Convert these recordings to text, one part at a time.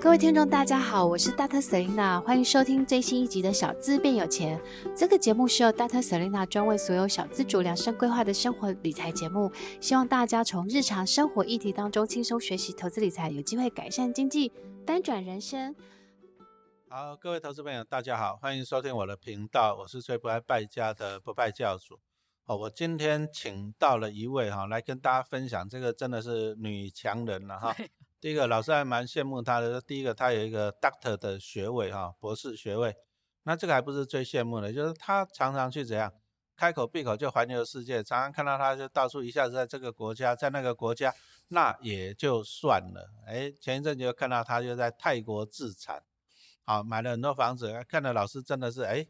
各位听众，大家好，我是大特 Selina，欢迎收听最新一集的《小资变有钱》。这个节目是由大特 Selina 专为所有小资主量身规划的生活理财节目，希望大家从日常生活议题当中轻松学习投资理财，有机会改善经济，翻转人生。好，各位投资朋友，大家好，欢迎收听我的频道，我是最不爱败家的不败教主。哦，我今天请到了一位哈、来跟大家分享，这个真的是女强人了哈。 第一个，老师还蛮羡慕她的。第一个，她有一个 Doctor 的学位哈，博士学位。那这个还不是最羡慕的，就是她常常去怎样，开口闭口就环游世界，常常看到她就到处一下子在这个国家，在那个国家，那也就算了。哎，前一阵就看到她就在泰国自产。啊，买了很多房子，看了老师真的是哎，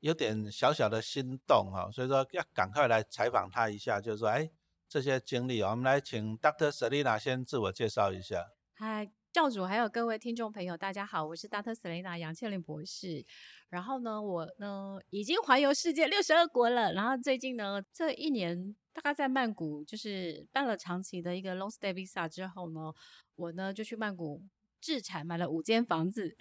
有点小小的心动哈、哦，所以说要赶快来采访他一下，就是说哎，这些经历、哦，我们来请 Dr. Selina 先自我介绍一下。嗨，教主还有各位听众朋友，大家好，我是大特 Selina 杨倩玲博士。然后呢，我呢已经环游世界六十二国了。然后最近呢，这一年大概在曼谷，就是办了长期的一个 long stay visa 之后呢，我呢就去曼谷置产，买了五间房子。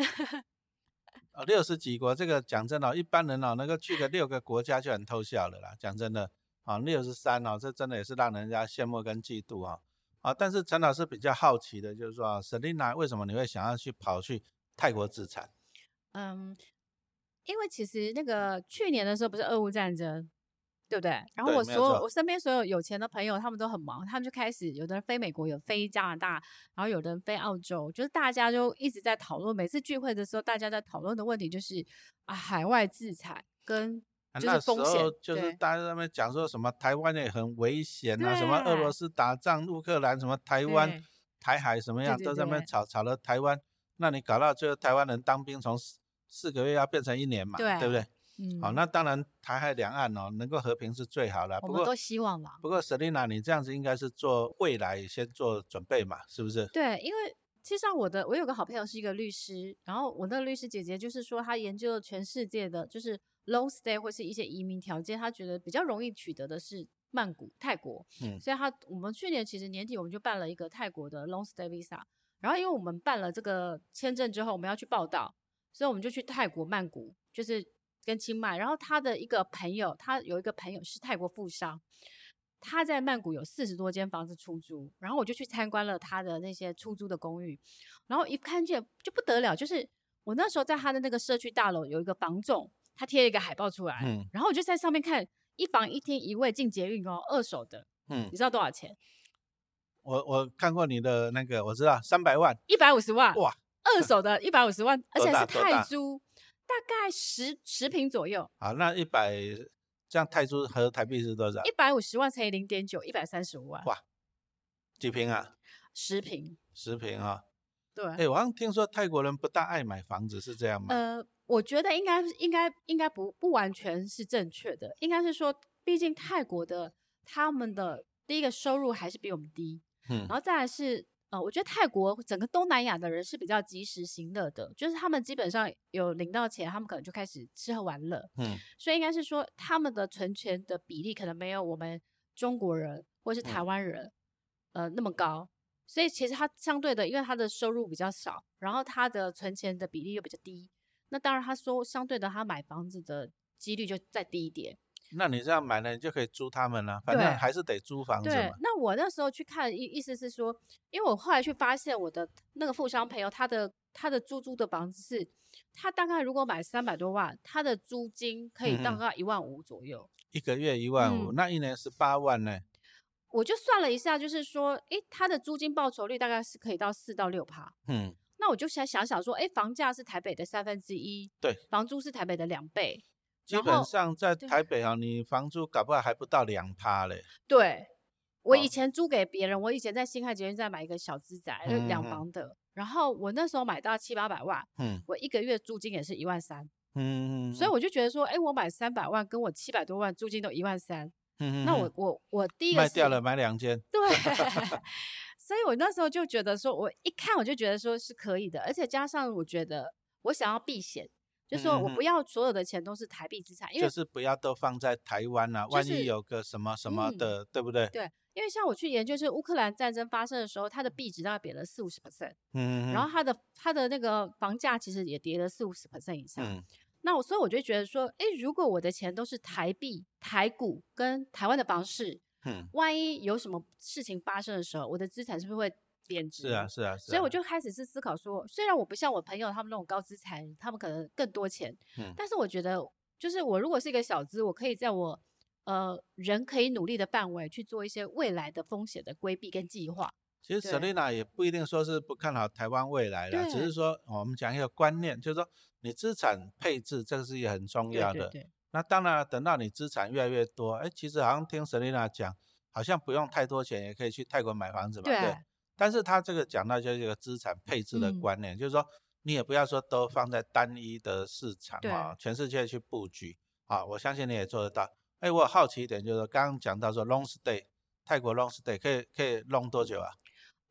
哦，六十几国，这个讲真哦，一般人哦，能够去个六个国家就很偷笑了啦。讲真的，啊、六十三哦，这真的也是让人家羡慕跟嫉妒啊、啊，但是陈老师比较好奇的就是说、啊、，Selina 为什么你会想要去跑去泰国自产？嗯，因为其实那个去年的时候不是俄乌战争，对不对？然后对我没所有有错我身边所有有钱的朋友，他们都很忙，他们就开始有的人飞美国，有飞加拿大，然后有的人飞澳洲，就是大家就一直在讨论。每次聚会的时候，大家在讨论的问题就是啊，海外制裁跟啊就是那时风险候就是对大家在那边讲说什么台湾也很危险啊，什么俄罗对斯打仗、乌克兰什么台湾对台海什么对样，对都在那边对吵吵了台湾。那你搞到最后，台湾人当兵从四四个月要变成一年嘛，对不对？嗯，好、那当然台海两岸哦能够和平是最好的。啊我不们过都希望啦。不过 Selina，你这样子应该是做未来先做准备嘛，是不是？对，因为其实上我的我有个好朋友是一个律师，然后我那个律师姐姐就是说，她研究了全世界的就是 long stay 或是一些移民条件，她觉得比较容易取得的是曼谷、泰国，嗯所以她我们去年其实年底我们就办了一个泰国的 long stay visa，然后因为我们办了这个签证之后，我们要去报道，所以我们就去泰国曼谷，就是跟清迈，然后她的一个朋友，她有一个朋友是泰国富商，他在曼谷有四十多间房子出租，然后我就去参观了他的那些出租的公寓，然后一看见就不得了，就是我那时候在他的那个社区大楼有一个房仲，他贴了一个海报出来，嗯然后我就在上面看一房一厅一卫进捷运哦，二手的，嗯你，知道多少钱？我我看过你的那个，我知道三百万，一百五十万，哇，二手的一百五十万，而多且大是多大泰铢，大概十十平左右，好，那一百这样泰铢和台币是多少一？百五十万乘以零点九，一百三十五万哇，几平啊？十平，十平啊、对，哎、我好像听说泰国人不大爱买房子，是这样吗？呃，我觉得应该应该应该不不完全是正确的，应该是说，毕竟泰国的他们的第一个收入还是比我们低，嗯然后再来是呃，我觉得泰国整个东南亚的人是比较及时行乐的，就是他们基本上有领到钱，他们可能就开始吃喝玩乐，嗯，所以应该是说他们的存钱的比例可能没有我们中国人或是台嗯湾人、呃那么高，所以其实他相对的，因为他的收入比较少，然后他的存钱的比例又比较低，那当然他说相对的他买房子的几率就再低一点。那你这样买了，你就可以租他们了、反正对还是得租房子对嘛，。那我那时候去看意意思是说，因为我后来去发现我的那个富商朋友，他的他的租租的房子是，他大概如果买三百多万，他的租金可以大嗯嗯概一万五左右。一个月一万五、嗯那一年十八万呢、我就算了一下，就是说，诶，它的租金报酬率大概是可以到四到六趴。嗯，那我就想想想说，诶，房价是台北的三分之一，对，房租是台北的两倍，基然本后上在对台北啊，你房租搞不好还不到两趴嘞。对。我以哦前租给别人，我以前在新海捷运站买一个小资宅，就两嗯嗯嗯房的。然后我那时候买到七八百万，嗯我一个月租金也是一万三，嗯，所以我就觉得说，诶，我买三百万跟我七百多万租金都一万三，嗯、嗯那嗯我我我第一个卖掉是了，买两间。对， 所以我那时候就觉得说，我一看我就觉得说是可以的，而且加上我觉得我想要避险，就说我嗯嗯不要所有的钱都是台币资产，因为、就是不要都放在台湾啊，万就一是有个什么什么嗯的，对不对？对，因为像我去研究，就是乌克兰战争发生的时候，它的币值大概贬了四五十 percent，嗯，然后它的它的那个房价其实也跌了四五十 percent 以上。嗯那我所以我就觉得说，诶，如果我的钱都是台币、台股跟台湾的房市，嗯，万一有什么事情发生的时候，我的资产是不是会贬是值？啊是啊是啊，所以我就开始是思考说，虽然我不像我朋友他们那种高资产，他们可能更多钱，嗯但是我觉得，就是我如果是一个小资，我可以在我呃人可以努力的范围去做一些未来的风险的规避跟计划。其实对 Selina 也不一定说是不看好台湾未来啦，只对是说哦我们讲一个观念，就是说你资产配置这个是一个很重对要对的。对，那当然了，等到你资产越来越多，哎，其实好像听 Selina 讲，好像不用太多钱也可以去泰国买房子嘛，对但是他这个讲到就是一个资产配置的嗯观念，就是说你也不要说都放在单一的市场对啊，全世界去布局啊，我相信你也做得到。哎，我好奇一点，就是说刚刚讲到说 long stay，泰国 long stay 可以可以 long 多久啊？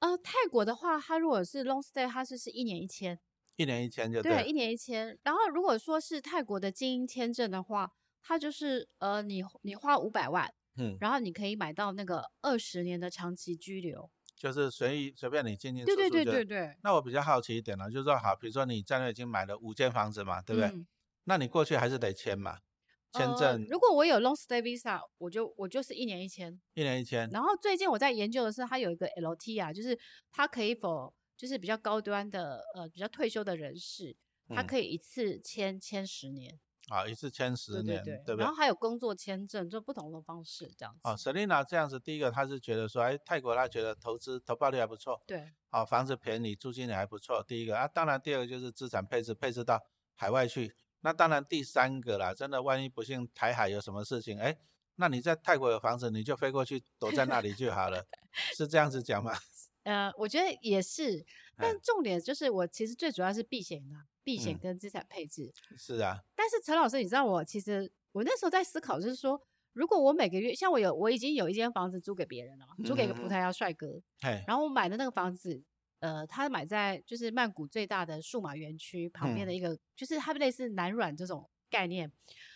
呃，泰国的话，它如果是 long stay，它是是一年一签，一年一千就对，了一年一签。然后如果说是泰国的精英签证的话，它就是呃，你你花五百万，嗯，然后你可以买到那个二十年的长期居留。就是随意随便你进进出对出对就。对对对，那我比较好奇一点了，就是说，好，比如说你在那已经买了五间房子嘛，对不对？嗯那你过去还是得签嘛，签呃证如果我有 long stay visa，我就我就是一年一签。一年一签。然后最近我在研究的是，它有一个 LT 啊，就是它可以否就是比较高端的呃比较退休的人士，他嗯可以一次签签十年，啊，一次签十对年，对不对然后？还有工作签证，就不同的方式这样子。哦，Selina 这样子，第一个他是觉得说，哎，泰国他觉得投资投报率还不错，对啊，房子便宜，租金也还不错。第一个啊，当然第二个就是资产配置，配置到海外去。那当然第三个啦，真的万一不幸台海有什么事情，哎，那你在泰国有房子，你就飞过去躲在那里就好 了，是这样子讲吗？ 呃，我觉得也是，但嗯重点就是我其实最主要是避险啊，避险嗯跟资产配置。是啊，但是陈老师，你知道我其实我那时候在思考，就是说，如果我每个月像我有我已经有一间房子租给别人了嘛，租给一嗯个嗯葡嗯萄牙帅哥，嘿，然后我买的那个房子，呃，他买在就是曼谷最大的数码园区旁嗯边的一个，就是他们类似南软这种概念。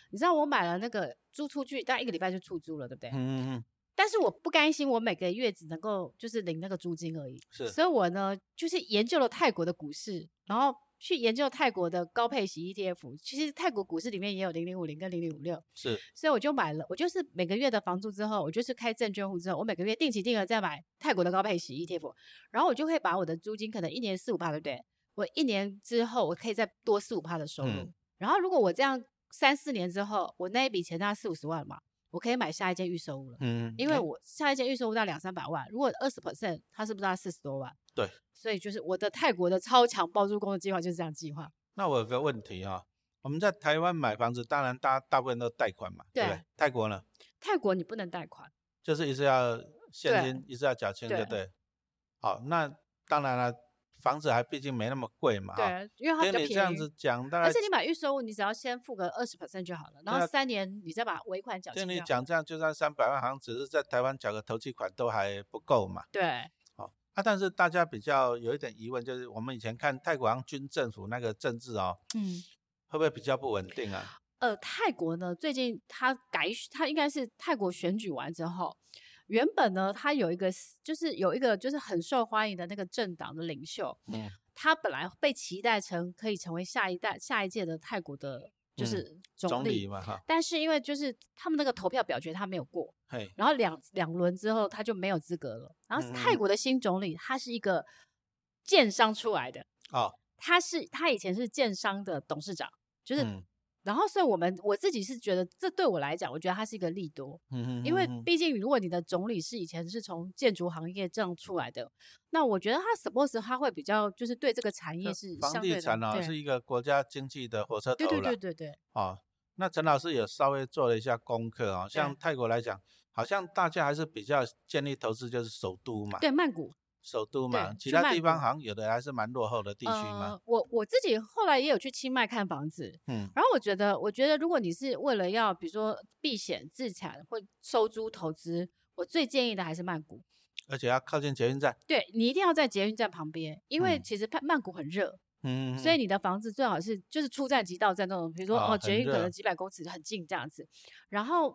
你知道我买了那个租出去，大概一个礼拜就出租了，对不对？嗯嗯嗯，但是我不甘心，我每个月只能够就是领那个租金而已，是所以我呢就是研究了泰国的股市，然后去研究泰国的高配息 ETF。其实泰国股市里面也有零零五零跟零零五六，是，所以我就买了。我就是每个月的房租之后，我就是开证券户之后，我每个月定期定额再买泰国的高配息 ETF，然后我就会把我的租金可能一年四五趴，对不对？我一年之后我可以再多四五趴的收入。嗯然后如果我这样三四年之后，我那一笔钱大概四五十万嘛，我可以买下一间预售屋了。嗯，因为哎我下一件预售物到两三百万，如果二十 percent，它是不是要四十多万？对，所以就是我的泰国的超强包租公的计划就是这样计划。那我有个问题啊、我们在台湾买房子，当然大大部分都贷款嘛，对不对对？泰国呢，泰国你不能贷款，就是一直要现对金，一直要缴清，对对不对？好，那当然了，房子还毕竟没那么贵嘛，哈。对，啊因为它比听你较便宜。这样子讲，大概而且你买预售物，你只要先付个二十 percent 就好了，然对啊后三年你再把尾款缴听清你掉。讲这样，就算三百万，好像只是在台湾缴个头期款都还不够嘛。对，好，啊，但是大家比较有一点疑问，就是我们以前看泰国好像军政府那个政治哦，嗯，会不会比较不稳定啊？呃，泰国呢最近它改选，它应该是泰国选举完之后，原本呢它有一个就是有一个就是很受欢迎的那个政党的领袖，嗯，他本来被期待成可以成为下一代、下一届的泰国的，就嗯是总总理。理嘛，哈，但是因为就是他们那个投票表决他没有过，嘿，然后两两轮之后他就没有资格了。然后泰嗯国的新总理他是一个建商出来的，哦，他是他以前是建商的董事长，就是、嗯然后所以我们我自己是觉得这对我来讲，我觉得他是一个利多，嗯哼因为哼哼毕竟如果你的总理是以前是从建筑行业这样出来的，那我觉得他 suppose 他会比较就是对这个产业这是房相对地的产啊，对是一个国家经济的火车头对对了对对对，哦。那陈老师也稍微做了一下功课哦，像对泰国来讲，好像大家还是比较建立投资就是首都嘛，对曼谷首都嘛，对其去他曼地方谷好像有的还是蛮落后的地区嘛呃，，我我自己后来也有去清迈看房子，嗯然后我觉得，我觉得如果你是为了要比如说避险、自产或收租投资，我最建议的还是曼谷。而且要靠近捷运站，对你一定要在捷运站旁边，因为嗯其实曼曼谷很热，嗯，所以嗯你的房子最好是就是出站即到站那种，比如说啊哦很捷运可热能几百公尺很近这样子，然后。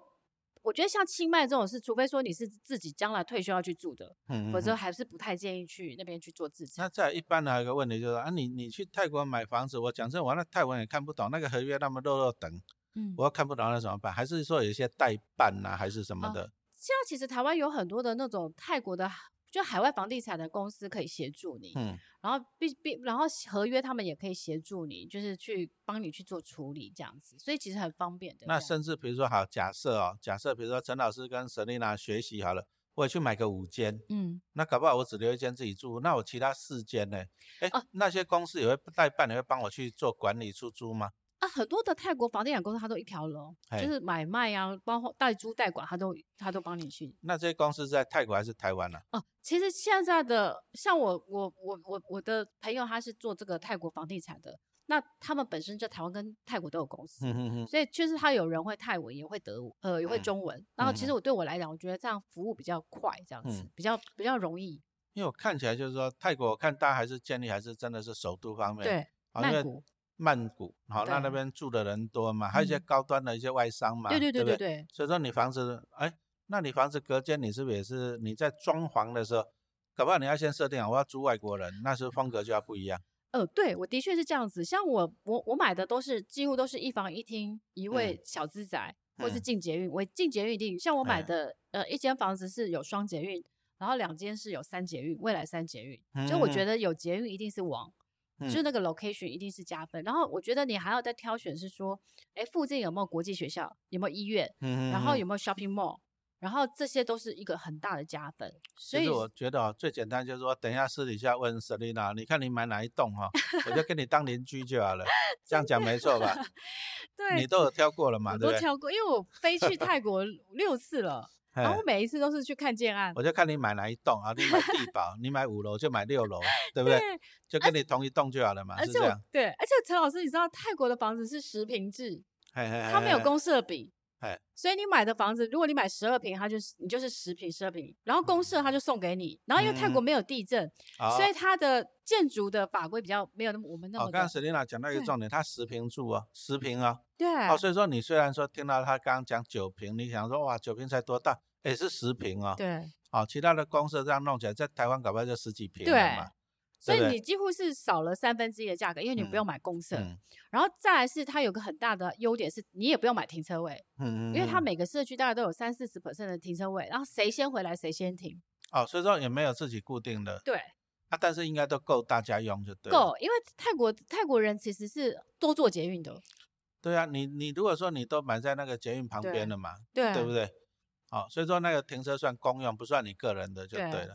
我觉得像清迈这种事，除非说你是自己将来退休要去住的，嗯，嗯否则嗯还是不太建议去那边去做自产。那再来一般的还有一个问题就是啊，你你去泰国买房子，我讲真，我那泰文也看不懂，那个合约那么肉肉等，嗯，我要看不懂那怎么办？还是说有一些代办呐、还是什么哦的？现在其实台湾有很多的那种泰国的，就海外房地产的公司可以协助你，嗯，然后必必然后合约他们也可以协助你，就是去帮你去做处理这样子，所以其实很方便的这那样。甚至比如说好，假设哦，假设比如说陈老师跟沈丽娜学习好了，我也去买个五间，嗯，那搞不好我只留一间自己住，那我其他四间呢？哎、哦那些公司也会代办，也会帮我去做管理出租吗？啊，很多的泰国房地产公司它都一条龙，嘿就是买卖啊，包括代租代管，它都它都帮你去那这些公司是在泰国还是台湾啊呢、哦，其实现在的像我我我我我的朋友他是做这个泰国房地产的，那他们本身在台湾跟泰国都有公司，嗯哼哼，所以就是他有人会泰文，也会德文，呃，也会嗯中文。然后其嗯实我对我来讲，我觉得这样服务比较快，这样子、嗯比较比较容易。因为我看起来就是说泰国，我看大家还是建立还是真的是首都方面，对，好，因曼为谷，曼谷好，那那对边住的人多嘛，还有一些嗯高端的一些外商嘛，对对对对不对对，所以说你房子，哎，那你房子隔间，你是不是也是你在装潢的时候，搞不好你要先设定好，我要租外国人，那时候风格就要不一样。呃，对我的确是这样子。像我我我买的都是几乎都是一房一厅一卫小资宅，或是嗯进捷运。我进捷运一定像我买哎的、呃一间房子是有双捷运，然后两间是有三捷运，未来三捷运。所以我觉嗯得有捷运一定是王。嗯就那个 location 一定是加分，然后我觉得你还要再挑选是说，哎，附近有没有国际学校，有没有医院，嗯然后嗯有没有 shopping mall，然后这些都是一个很大的加分。所其以实我觉得哦，最简单就是说，等一下私底下问 Selina，你看你买哪一栋哈、我就跟你当邻居就好 了。这样讲没错吧？对你都有挑过了嘛，我对不都对？挑过，因为我飞去 泰国六次了，然嘿后每一次都是去看建案，我就看你买哪一栋啊，你买地堡，你买五楼就买六楼，对不对？就跟你同一栋就好了嘛，而是且这我样。对，而且陈老师，你知道泰国的房子是十平制，他它没有公社比哎。所以你买的房子，如果你买十二平，它就是你就是十平十二平，然后公社它就送给你，然后因为泰国嗯没有地震，所以它的建筑的法规比较没有那么我们那哦，么刚的、刚 Selina 讲到一个对重点，它十平住哦，十平哦，对、啊哦，所以说你虽然说听到他刚刚讲九平，你想说哇九平才多大，也是十平哦，对，哦，其他的公社这样弄起来，在台湾搞不好就十几平了对嘛，所对不以对你几乎是少了三分之一的价格，因为你嗯不用买公社，嗯然后再来是它有个很大的优点是你也不用买停车位，嗯嗯，因为它嗯每个社区大概都有三四十 percent 的停车位，然后谁先回来谁先停，哦，所以说也没有自己固定的，对，啊，但是应该都够大家用就对了，够，因为泰国泰国人其实是多做捷运的，对啊，你你如果说你都买在那个捷运旁边对了嘛，对对不对？好、所以说那个停车算公用，不算你个人的就对对了。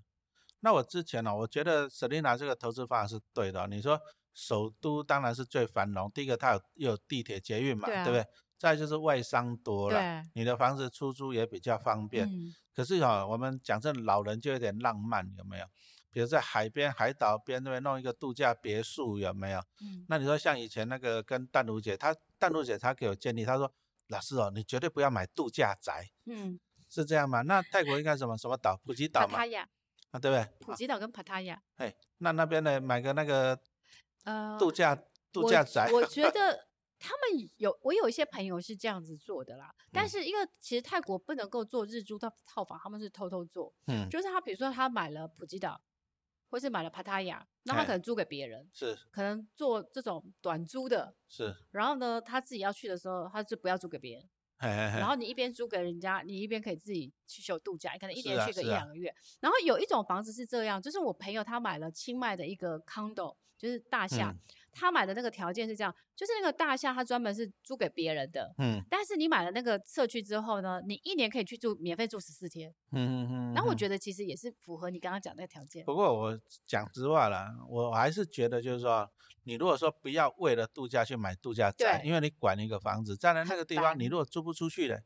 那我之前呢、哦我觉得 Selina 这个投资方法是对的哦、你说首都当然是最繁荣，第一个它有又有地铁、捷运嘛，对对,、啊不对？再来就是外商多了，对，你的房子出租也比较方便。嗯，可是哈、我们讲这老人就有点浪漫，有没有？比如在海边、海岛边那边弄一个度假别墅，有没有？嗯那你说像以前那个跟淡如姐，她淡如姐她给我建议，她说老师哦，你绝对不要买度假宅，嗯，是这样吗？那泰国应该什么什么岛？普吉岛帕嘛塔，亚、啊，对不对？普吉岛跟帕塔亚，哎，那那边呢，买个那个呃，度假、度我假宅，我觉得他们有，我有一些朋友是这样子做的啦。但嗯是因为其实泰国不能够做日租套套房，他们是偷偷做，嗯，就是他比如说他买了普吉岛，或是买了帕塔亚，那他哎可能租给别人，是可能做这种短租的。是，然后呢，他自己要去的时候，他就不要租给别人。嘿嘿嘿，然后你一边租给人家，你一边可以自己去休度假，可能一是年啊去个是一啊两个月。然后有一种房子是这样，就是我朋友他买了清迈的一个 condo，就是大厦，嗯他买的那个条件是这样，就是那个大厦他专门是租给别人的。嗯但是你买了那个社区之后呢，你一年可以去住免费住十四天，嗯嗯嗯。然后我嗯觉得其实也是符合你刚刚讲那个条件。不过我讲实话啦，我还是觉得就是说，你如果说不要为了度假去买度假宅，对因为你管一个房子，再来那很个地方烦你如果租不出去的，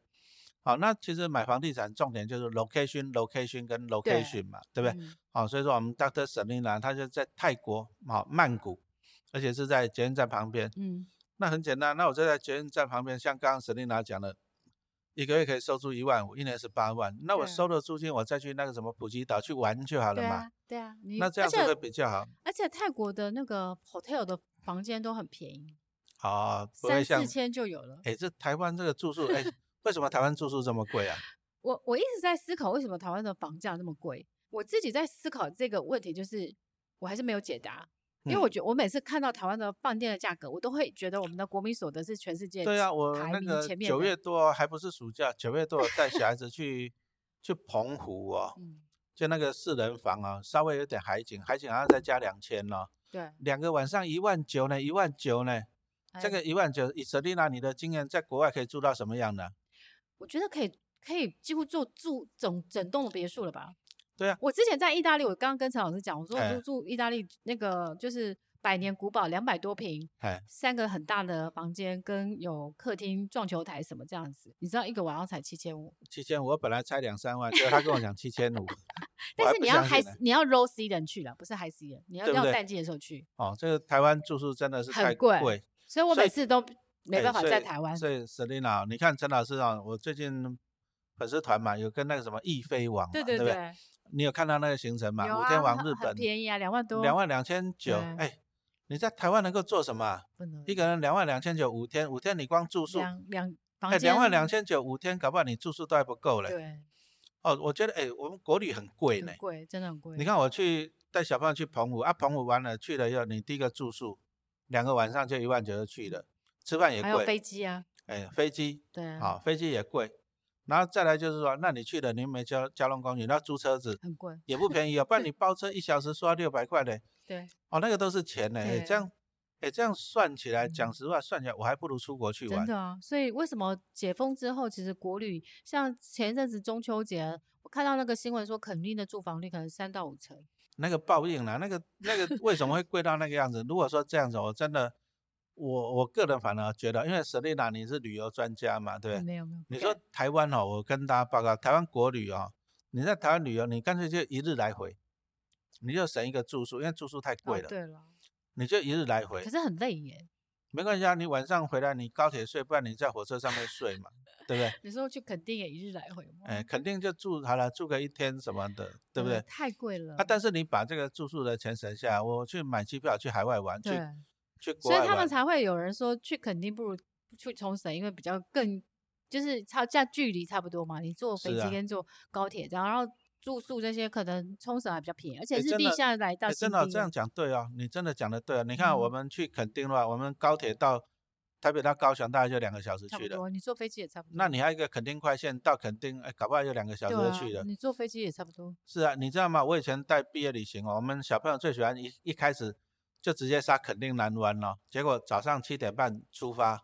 好，那其实买房地产重点就是 location、location 跟 location 嘛，对不对？嗯好、所以说我们 Dr. 沈丽兰她就在泰国，好、曼谷，而且是在捷运站旁边。嗯，那很简单，那我就在捷运站旁边，像刚刚沈丽娜讲的，一个月可以收租一万五，一年是八万，那我对啊收了租金，我再去那个什么普吉岛去玩就好了对嘛。啊，对啊，你那这样而子会且比较好。而且泰国的那个 hotel 的房间都很便宜，啊，不会三像四千就有了。 哎，这台湾这个住宿哎，为什么台湾住宿这么贵啊？我我一直在思考为什么台湾的房价那么贵。我自己在思考这个问题，就是我还是没有解答，因嗯为我觉得我每次看到台湾的饭店的价格，我都会觉得我们的国民所得是全世界对啊，我排那名个前面九的月多还不是暑假，九月多带小孩子去去澎湖哦，嗯就那个四人房啊，稍微有点海景，海景好像再加两千哦，对两个晚上一万九呢，一万九呢，这哎个一万九，以 Selina 你的经验，在国外可以住到什么样的？我觉得可以，可以几乎住住整整栋的别墅了吧？对啊，我之前在意大利，我刚刚跟陈老师讲，我说我哎住住意大利那个就是百年古堡，两百多平，哎，三个很大的房间，跟有客厅、撞球台什么这样子。你知道一个晚上才七千五，，七千五，我本来猜两三万，结果他跟我讲七千五 但我是不你要相信 high 呢你要 low season 去了，不是 high season，你要对不要对淡季的时候去。哦，这个台湾住宿真的是很太贵贵所以我所每以次都没哎办法所在以台湾。所以 Selina，你看陈老师啊，我最近粉丝团嘛，有跟那个什么易飞网嘛，对啊对对不对？对，你有看到那个行程有嘛？五啊天往很日很本，便宜啊两万多两万两千九对。哎，你在台湾能够做什么啊？不能一个人两万两千九，五天，五天你光住宿，两两房哎，间两万两千九，五天，搞不好你住宿都还不够嘞。对，哦，我觉得哎，我们国旅很贵呢很。贵，真的很贵。你看我去带小朋友去澎湖啊，澎湖完了去了以后，你第一个住宿两个晚上就一万九就去了，吃饭也嗯还有飞贵，机啊，哎，飞机对啊，好，飞机也贵，然后再来就是说，那你去了，你又没交交通工具，那租车 子很贵，也不便宜哦，不然你包车一小时刷六百块嘞， 对，哦，那个都是钱嘞，哎对这样，哎，这样算起来，嗯讲实话，算起来我还不如出国去真玩，的啊。所以为什么解封之后，其实国旅像前一阵子中秋节，我看到那个新闻说，垦丁的住房率可能三到五成，那个报应啦，那个那 个为什么会贵到那个样子？如果说这样子，我真的，我我个人反而觉得，因为 Selina 你是旅游专家嘛，对不对？没有没有。你说台湾哦，我跟大家报告，台湾国旅哦，你在台湾旅游，你干脆就一日来回，你就省一个住宿，因为住宿太贵哦了，对了，你就一日来回可，是很累耶。没关系啊，你晚上回来你高铁睡，不然你在火车上面睡嘛，对不对？你说去垦丁也一日来回吗？哎，肯定就住好了，住个一天什么的，对不呃对？太贵了啊，但是你把这个住宿的钱省下来，我去买机票去海外玩，去对，去国所以外他们玩，才会有人说去垦丁不如去冲绳，因为比较更就是差价距离差不多嘛，你坐飞是机啊跟坐高铁这样，然后住宿这些可能冲绳还比较便宜，而且哎日真币的现在来到哎，真新低的了、哦、这样讲对哦，你真的讲的对哦。你看我嗯们去垦丁的话，我们高铁到台北到高雄大概就两个小时差去不了。多，你坐飞机也差不多。那你还有一个垦丁快线到垦丁，哎，搞不好有两个小时对就啊去了。你坐飞机也差不多。是啊，你知道吗？我以前带毕业旅行哦，我们小朋友最喜欢一一开始就直接杀垦丁南湾哦，结果早上七点半出发，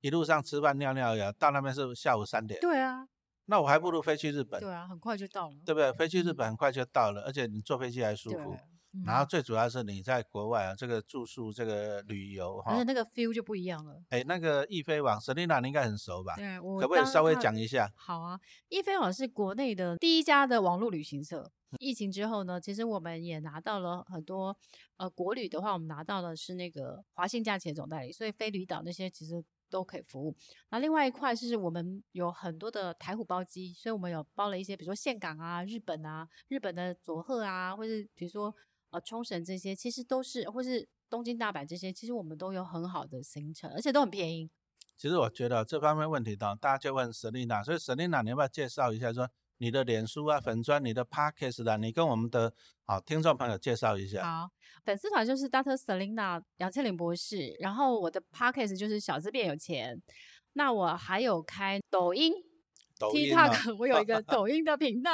一路上吃饭尿尿呀，到那边是下午三点。对啊，那我还不如飞去日本，对啊，很快就到了。对不对？飞去日嗯本很快就到了，而且你坐飞机还舒对，服。嗯然后最主要是你在国外啊，这个住宿、这个旅游哈而且，那个 feel 就不一样了。哎，那个易飞网 Selina 你应该很熟吧？对，我啊可不可以当稍微看讲一下？好啊，易飞网是国内的第一家的网络旅行社。疫情之后呢，其实我们也拿到了很多，呃，国旅的话，我们拿到的是那个华信假期的总代理，所以飞旅岛那些其实都可以服务。那另外一块是我们有很多的台虎包机，所以我们有包了一些，比如说岘港啊、日本啊、日本的佐贺啊，或是比如说呃冲绳这些，其实都是或是东京、大阪这些，其实我们都有很好的行程，而且都很便宜。其实我觉得这方面问题呢，大家就问 Selina，所以 Selina 你要不要介绍一下说你的脸书啊、粉砖、你的 Podcast 啊，你跟我们的好、听众朋友介绍一下。好，粉丝团就是 Dr. Selina 杨倩玲博士，然后我的 Podcast 就是小资变有钱。那我还有开抖音、抖音啊， TikTok，我有一 个抖音的频道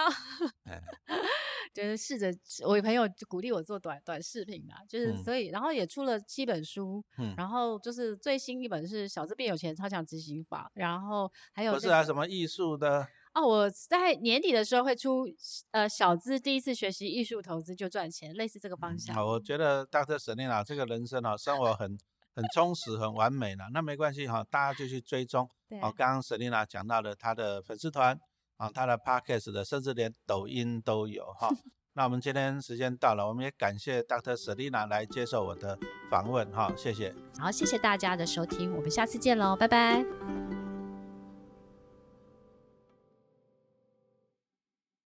哎， 就是试着我有朋友就鼓励我做短短视频啦，就是嗯所以，然后也出了七本书，嗯然后就是最新一本是《小资变有钱：超强执行法》，然后还有不那是啊，个什么艺术的，哦，我在年底的时候会出呃小资第一次学习艺术投资就赚钱，类似这个方向。嗯好，哦我觉得 Dr. Selina 这个人生啊，生活很很充实、很完美了。那没关系哈、大家就去追踪对哦。刚刚 Selina 讲到了她的粉丝团啊，她的 Podcast 的，甚至连抖音都有哈、那我们今天时间到了，我们也感谢 Dr. Selina 来接受我的访问哈、谢谢。好，谢谢大家的收听，我们下次见喽，拜拜。